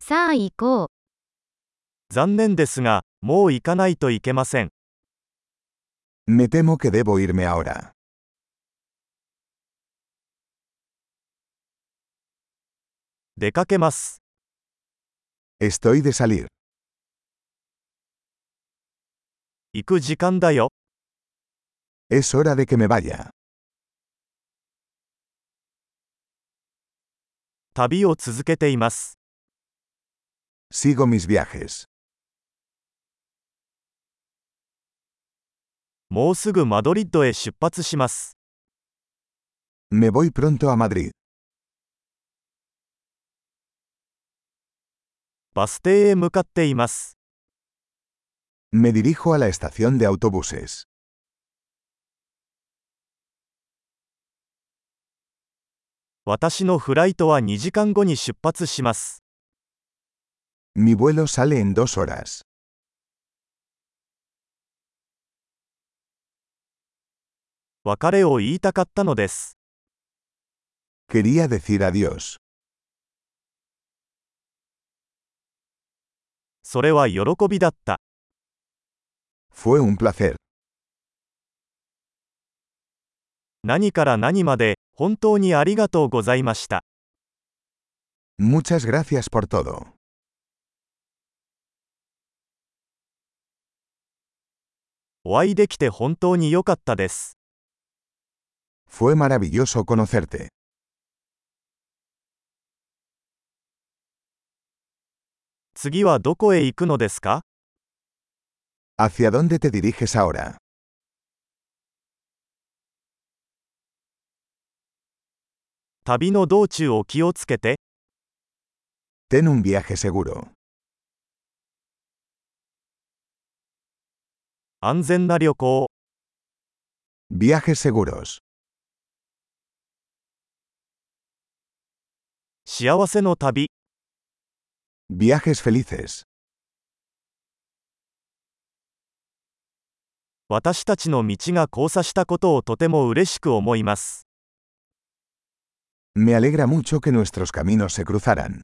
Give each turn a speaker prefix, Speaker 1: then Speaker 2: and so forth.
Speaker 1: さあ行こう。
Speaker 2: 残念ですが、もう行かないといけません。
Speaker 3: Me temo que debo irme ahora.
Speaker 2: 出かけます。
Speaker 3: Estoy de salir.
Speaker 2: 行く時間だよ。
Speaker 3: Es hora de que me vaya.
Speaker 2: 旅を続けています。
Speaker 3: Sigo mis viajes.
Speaker 2: もうすぐマドリッドへ出発します。
Speaker 3: Me voy pronto a Madrid.
Speaker 2: バス停へ向かっています。
Speaker 3: Me dirijo a la estación de autobuses.
Speaker 2: 私のフライトは2時間後に出発します。
Speaker 3: Mi vuelo sale en dos horas.
Speaker 2: 別れを言いたかったのです。
Speaker 3: Quería decir adiós.
Speaker 2: それは喜びだった。
Speaker 3: Fue un placer.
Speaker 2: 何から何まで、本当にありがとうございました。
Speaker 3: Muchas gracias por todo.
Speaker 2: お会いできて本当に良かったです。
Speaker 3: Fue maravilloso conocerte.
Speaker 2: 次はどこへ行くのですか
Speaker 3: ¿Hacia dónde te diriges ahora?
Speaker 2: 旅の道中を気をつけて、
Speaker 3: Ten un viaje seguro.
Speaker 2: 安全な旅行を。
Speaker 3: Viajes seguros.
Speaker 2: 幸せの旅、
Speaker 3: Viajes felices.
Speaker 2: 私たちの道が交差したことをとても嬉しく思います。
Speaker 3: Me alegra mucho que nuestros caminos se cruzaran.